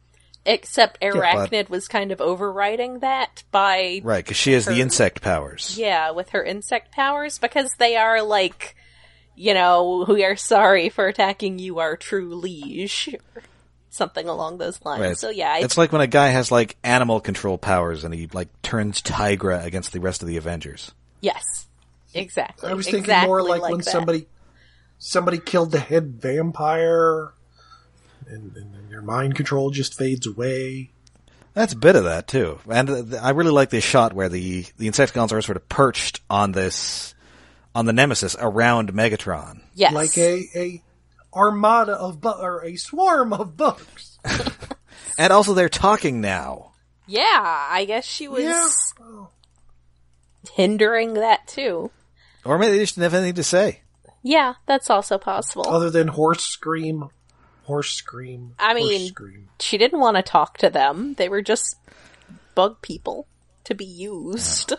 Speaker 2: Except Arachnid was kind of overriding that by
Speaker 1: Right, because she has the insect powers.
Speaker 2: yeah with her insect powers because they are like you know we are sorry for attacking you our true liege or something along those lines.
Speaker 1: Right.
Speaker 2: So yeah, I,
Speaker 1: it's like when a guy has like animal control powers and he like turns Tigra against the rest of the Avengers.
Speaker 2: yes, exactly.
Speaker 3: I was thinking
Speaker 2: exactly
Speaker 3: more like, when
Speaker 2: that.
Speaker 3: somebody somebody killed the head vampire, and, and then your mind control just fades away.
Speaker 1: That's a bit of that too, and uh, th- I really like this shot where the the Insecticons are sort of perched on this on the Nemesis around Megatron.
Speaker 2: yes.
Speaker 3: Like a, a armada of bu- or a swarm of bugs.
Speaker 1: And also they're talking now.
Speaker 2: Yeah, I guess she was
Speaker 3: Yeah.
Speaker 2: hindering that too.
Speaker 1: Or maybe they just didn't have anything to say.
Speaker 2: Yeah, that's also possible.
Speaker 3: Other than horse scream, horse scream.
Speaker 2: I
Speaker 3: horse
Speaker 2: mean,
Speaker 3: scream.
Speaker 2: she didn't want to talk to them. They were just bug people to be used.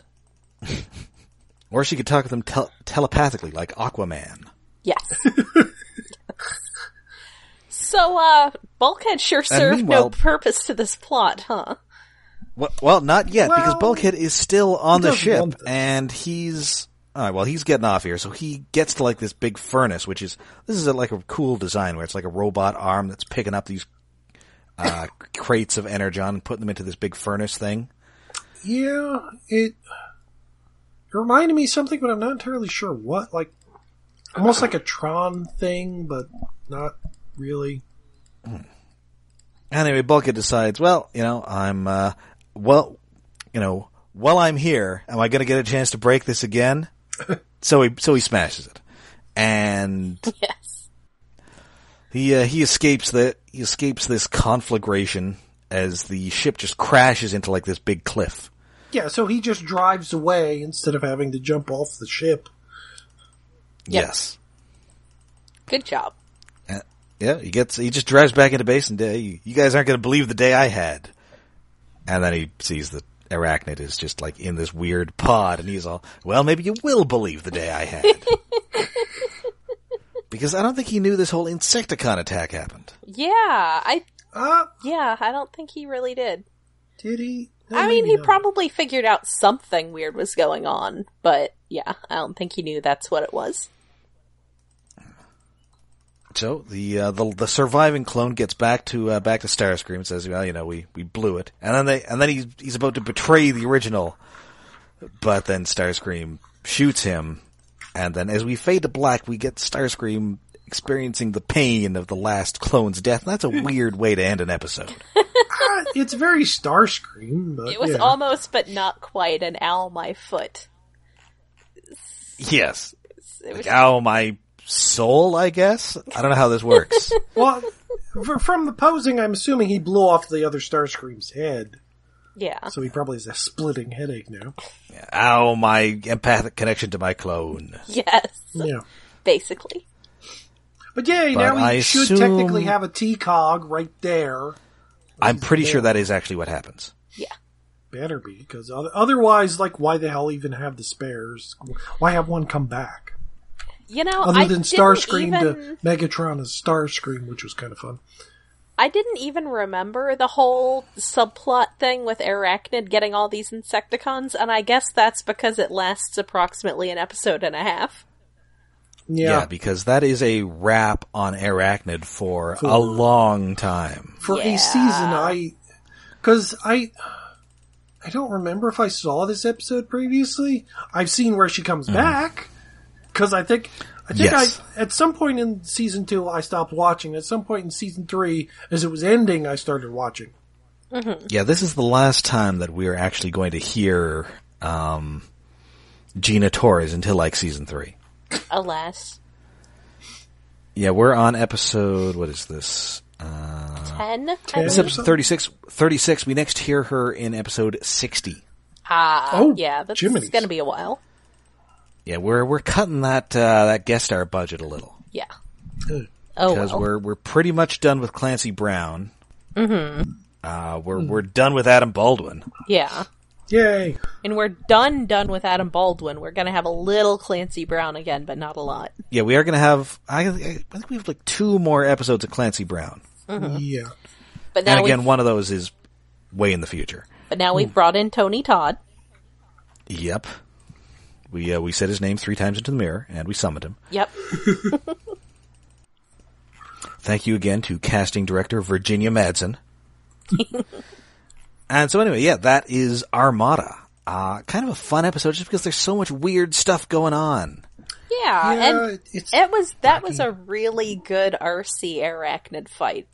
Speaker 1: Or she could talk to them tel- telepathically like Aquaman.
Speaker 2: Yes. so, uh, Bulkhead sure served no
Speaker 1: meanwhile-
Speaker 2: purpose to this plot, huh?
Speaker 1: Well, well not yet because
Speaker 3: Well,
Speaker 1: Bulkhead is still on
Speaker 3: he
Speaker 1: the
Speaker 3: doesn't
Speaker 1: ship
Speaker 3: want this.
Speaker 1: and he's all right, well, he's getting off here, so he gets to like this big furnace, which is this is a, like a cool design where it's like a robot arm that's picking up these uh, crates of energon and putting them into this big furnace thing.
Speaker 3: Yeah, it, it reminded me of something, but I'm not entirely sure what. Like, almost like a Tron thing, but not really.
Speaker 1: Anyway, Bulka decides, well, you know, I'm, uh, well, you know, while I'm here, am I going to get a chance to break this again? so he, so he smashes it. And
Speaker 2: Yes.
Speaker 1: He uh, he escapes the he escapes this conflagration as the ship just crashes into like this big cliff.
Speaker 3: Yeah, so he just drives away instead of having to jump off the ship.
Speaker 2: Yep.
Speaker 1: Yes.
Speaker 2: Good job.
Speaker 1: Uh, yeah, he gets he just drives back into base and uh, you, you guys aren't going to believe the day I had. And then he sees that Arachnid is just like in this weird pod and he's all, "Well, maybe you will believe the day I had." because I don't think he knew this whole insecticon attack happened.
Speaker 2: Yeah, I
Speaker 3: Ah,
Speaker 2: yeah, I don't think he really did.
Speaker 3: did he? No,
Speaker 2: I mean,
Speaker 3: maybe
Speaker 2: he
Speaker 3: not.
Speaker 2: probably figured out something weird was going on, but yeah, I don't think he knew that's what it was.
Speaker 1: So the uh, the the surviving clone gets back to uh, back to Starscream and says, "Well, you know, we, we blew it." And then they and then he's he's about to betray the original, but then Starscream shoots him, and then as we fade to black, we get Starscream experiencing the pain of the last clone's death. And that's a weird way to end an episode.
Speaker 3: Ah, it's very Starscream, but
Speaker 2: It was
Speaker 3: yeah.
Speaker 2: almost, but not quite, an owl my foot.
Speaker 1: Yes,
Speaker 2: It was
Speaker 1: like ow, my soul. I guess I don't know how this works.
Speaker 3: Well, f- from the posing, I'm assuming he blew off the other Starscream's head,
Speaker 2: yeah.
Speaker 3: so he probably has a splitting headache now.
Speaker 1: ow, my empathic connection to my clone.
Speaker 2: Yes,
Speaker 3: Yeah.
Speaker 2: basically.
Speaker 3: But yeah,
Speaker 1: But
Speaker 3: now he
Speaker 1: I
Speaker 3: should
Speaker 1: assume-
Speaker 3: technically have a T cog right there.
Speaker 1: I'm pretty sure that is actually what happens.
Speaker 2: Yeah.
Speaker 3: Better be, because otherwise, like, why the hell even have the spares? Why have one come back?
Speaker 2: You know,
Speaker 3: Other
Speaker 2: I
Speaker 3: than
Speaker 2: didn't
Speaker 3: Starscream
Speaker 2: even,
Speaker 3: to Megatron is Starscream, which was kind of fun.
Speaker 2: I didn't even remember the whole subplot thing with Arachnid getting all these Insecticons, and I guess that's because it lasts approximately an episode and a half.
Speaker 1: Yeah.
Speaker 3: Yeah.
Speaker 1: because that is a wrap on Arachnid for a long time.
Speaker 3: For
Speaker 2: Yeah.
Speaker 3: a season, I. Because I. I don't remember if I saw this episode previously. I've seen where she comes back. 'Cause back. Because I think. I think
Speaker 1: Yes.
Speaker 3: I. At some point in season two, I stopped watching. At some point in season three, as it was ending, I started watching.
Speaker 1: Yeah, this is the last time that we're actually going to hear um, Gina Torres until like season three.
Speaker 2: Alas.
Speaker 1: Yeah, we're on episode. What is this? Uh,
Speaker 2: Ten? I
Speaker 3: Ten.
Speaker 1: this
Speaker 2: believe?
Speaker 1: is episode 36, 36. We next hear her in episode sixty.
Speaker 2: Ah,
Speaker 3: Oh,
Speaker 2: yeah, that's
Speaker 3: Jiminy's.
Speaker 2: gonna be a while.
Speaker 1: Yeah, we're we're cutting that uh, that guest star budget a little
Speaker 2: Yeah.
Speaker 3: Ugh.
Speaker 2: Oh,
Speaker 1: because
Speaker 2: well.
Speaker 1: we're we're pretty much done with Clancy Brown. Mm-hmm. Uh, we're we're done with Adam Baldwin.
Speaker 2: yeah.
Speaker 3: Yay!
Speaker 2: And we're done, done with Adam Baldwin. We're gonna have a little Clancy Brown again, but not a lot.
Speaker 1: Yeah, we are going to have. I, I think we have like two more episodes of Clancy Brown,
Speaker 2: Mm-hmm.
Speaker 3: Yeah.
Speaker 2: But
Speaker 1: and
Speaker 2: now,
Speaker 1: again,
Speaker 2: we've,
Speaker 1: one of those is way in the future.
Speaker 2: but now we've brought in Tony Todd.
Speaker 1: Yep, we uh, we said his name three times into the mirror, and we summoned him.
Speaker 2: Yep.
Speaker 1: Thank you again to casting director Virginia Madsen. and so anyway, yeah, that is Armada. Uh, kind of a fun episode just because there's so much weird stuff going on.
Speaker 2: Yeah,
Speaker 3: Yeah,
Speaker 2: and
Speaker 3: it's-
Speaker 2: it was that was a really good RC arachnid fight.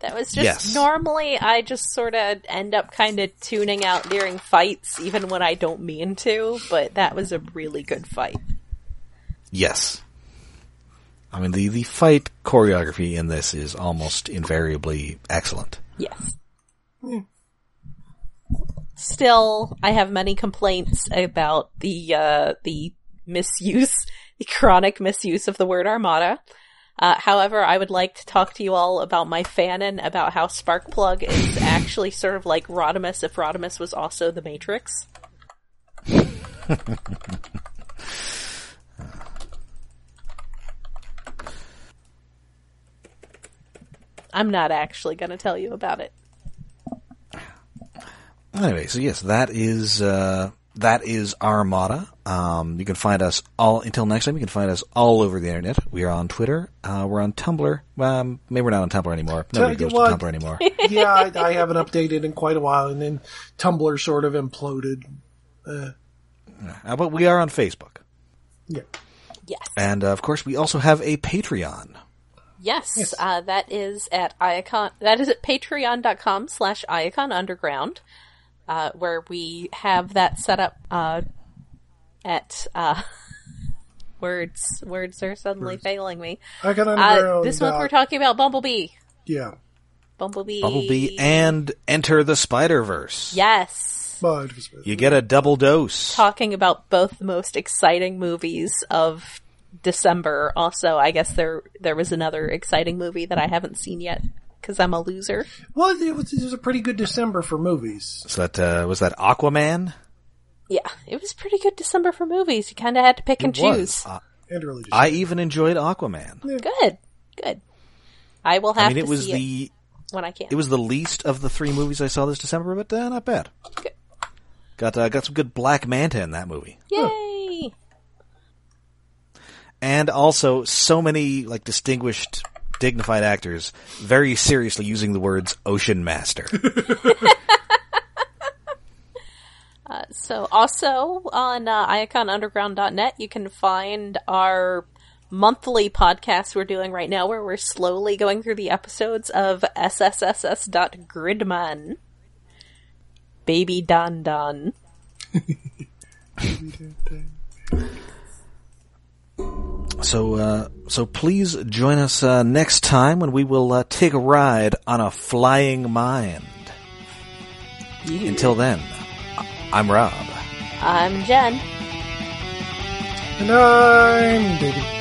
Speaker 2: That was just
Speaker 1: Yes.
Speaker 2: normally I just sort of end up kind of tuning out during fights, even when I don't mean to. But that was a really good fight.
Speaker 1: Yes. I mean, the, the fight choreography in this is almost invariably excellent.
Speaker 2: Yes. Still, I have many complaints about the uh, the misuse, the chronic misuse of the word armada. Uh, however, I would like to talk to you all about my fanon about how Sparkplug is actually sort of like Rodimus if Rodimus was also the Matrix. I'm not actually going to tell you about it.
Speaker 1: Anyway, so yes, that is uh, that is Armada. Um, you can find us all until next time. You can find us all over the internet. We are on Twitter. Uh, we're on Tumblr. Um, maybe we're not on Tumblr anymore. Nobody
Speaker 3: Tell
Speaker 1: goes
Speaker 3: you
Speaker 1: to
Speaker 3: what.
Speaker 1: Tumblr anymore.
Speaker 3: yeah, I, I haven't updated in quite a while, and then Tumblr sort of imploded.
Speaker 1: Uh, but we are on Facebook,
Speaker 3: Yeah.
Speaker 2: Yes.
Speaker 1: and uh, of course, we also have a Patreon.
Speaker 2: Yes, Uh, that is at Iacon. That is at patreon.com slash Iacon Underground, uh, where we have that set up uh, at. Uh, words words are suddenly failing me.
Speaker 3: I got
Speaker 2: Uh,
Speaker 3: underground.
Speaker 2: this month
Speaker 3: uh,
Speaker 2: we're talking about Bumblebee.
Speaker 3: Yeah.
Speaker 2: Bumblebee.
Speaker 1: Bumblebee and Enter the Spider Verse.
Speaker 2: Yes.
Speaker 3: Well, it was-
Speaker 1: You get a double dose.
Speaker 2: Talking about both the most exciting movies of December. Also, I guess there there was another exciting movie that I haven't seen yet because I'm a loser.
Speaker 3: well, it was, it was a pretty good December for movies.
Speaker 1: So that uh, was that Aquaman.
Speaker 2: Yeah, it was pretty good December for movies. You kind of had to pick and
Speaker 1: It was.
Speaker 2: choose.
Speaker 1: Uh,
Speaker 3: It really just.
Speaker 1: I even enjoyed Aquaman.
Speaker 2: Good, good. I will have
Speaker 1: I mean, it
Speaker 2: to
Speaker 1: was
Speaker 2: see it
Speaker 1: the
Speaker 2: when I can.
Speaker 1: it was the least of the three movies I saw this December, but uh, not bad.
Speaker 2: Good.
Speaker 1: Got uh, got some good Black Manta in that movie,
Speaker 2: Yay!
Speaker 1: and also so many like distinguished, dignified actors very seriously using the words "ocean master."
Speaker 2: So, also on uh, iaconunderground.net, you can find our monthly podcast we're doing right now, where we're slowly going through the episodes of SSSS.gridman. Baby Don Don.
Speaker 1: so uh, so please join us uh, next time when we will uh, take a ride on a flying mind. Until then, I- I'm Rob.
Speaker 2: I'm Jen.
Speaker 3: And I'm David.